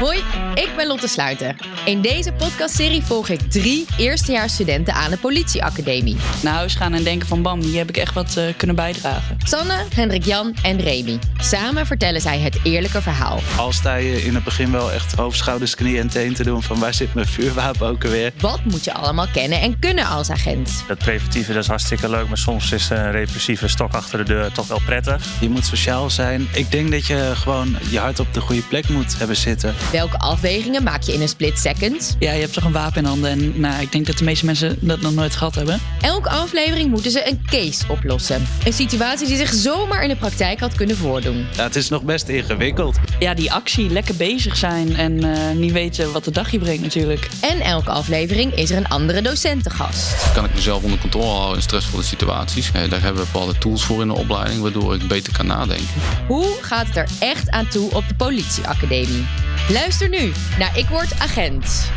Hoi, ik ben Lotte Sluiter. In deze podcastserie volg ik drie eerstejaarsstudenten aan de politieacademie. naar huis gaan en denken van bam, hier heb ik echt wat eh, kunnen bijdragen. Sanne, Hendrik-Jan en Remy. Samen vertellen zij het eerlijke verhaal. Al sta je in het begin wel echt hoofd, schouders, knieën en teen te doen van waar zit mijn vuurwapen ook alweer. Wat moet je allemaal kennen en kunnen als agent? Dat preventieve dat is hartstikke leuk, maar soms is een repressieve stok achter de deur toch wel prettig. Je moet sociaal zijn. Ik denk dat je gewoon je hart op de goede plek moet hebben zitten. Welke afwegingen maak je in een split second? Ja, je hebt toch een wapen in handen en nou, ik denk dat de meeste mensen dat nog nooit gehad hebben. Elke aflevering moeten ze een case oplossen. Een situatie die zich zomaar in de praktijk had kunnen voordoen. Ja, het is nog best ingewikkeld. Ja, die actie, lekker bezig zijn en eh, niet weten wat de dagje brengt natuurlijk. En elke aflevering is er een andere docentengast. kan ik mezelf onder controle houden in stressvolle situaties. Eh, Daar hebben we bepaalde tools voor in de opleiding, waardoor ik beter kan nadenken. Hoe gaat het er echt aan toe op de politieacademie? Luister nu naar Ik Word Agent.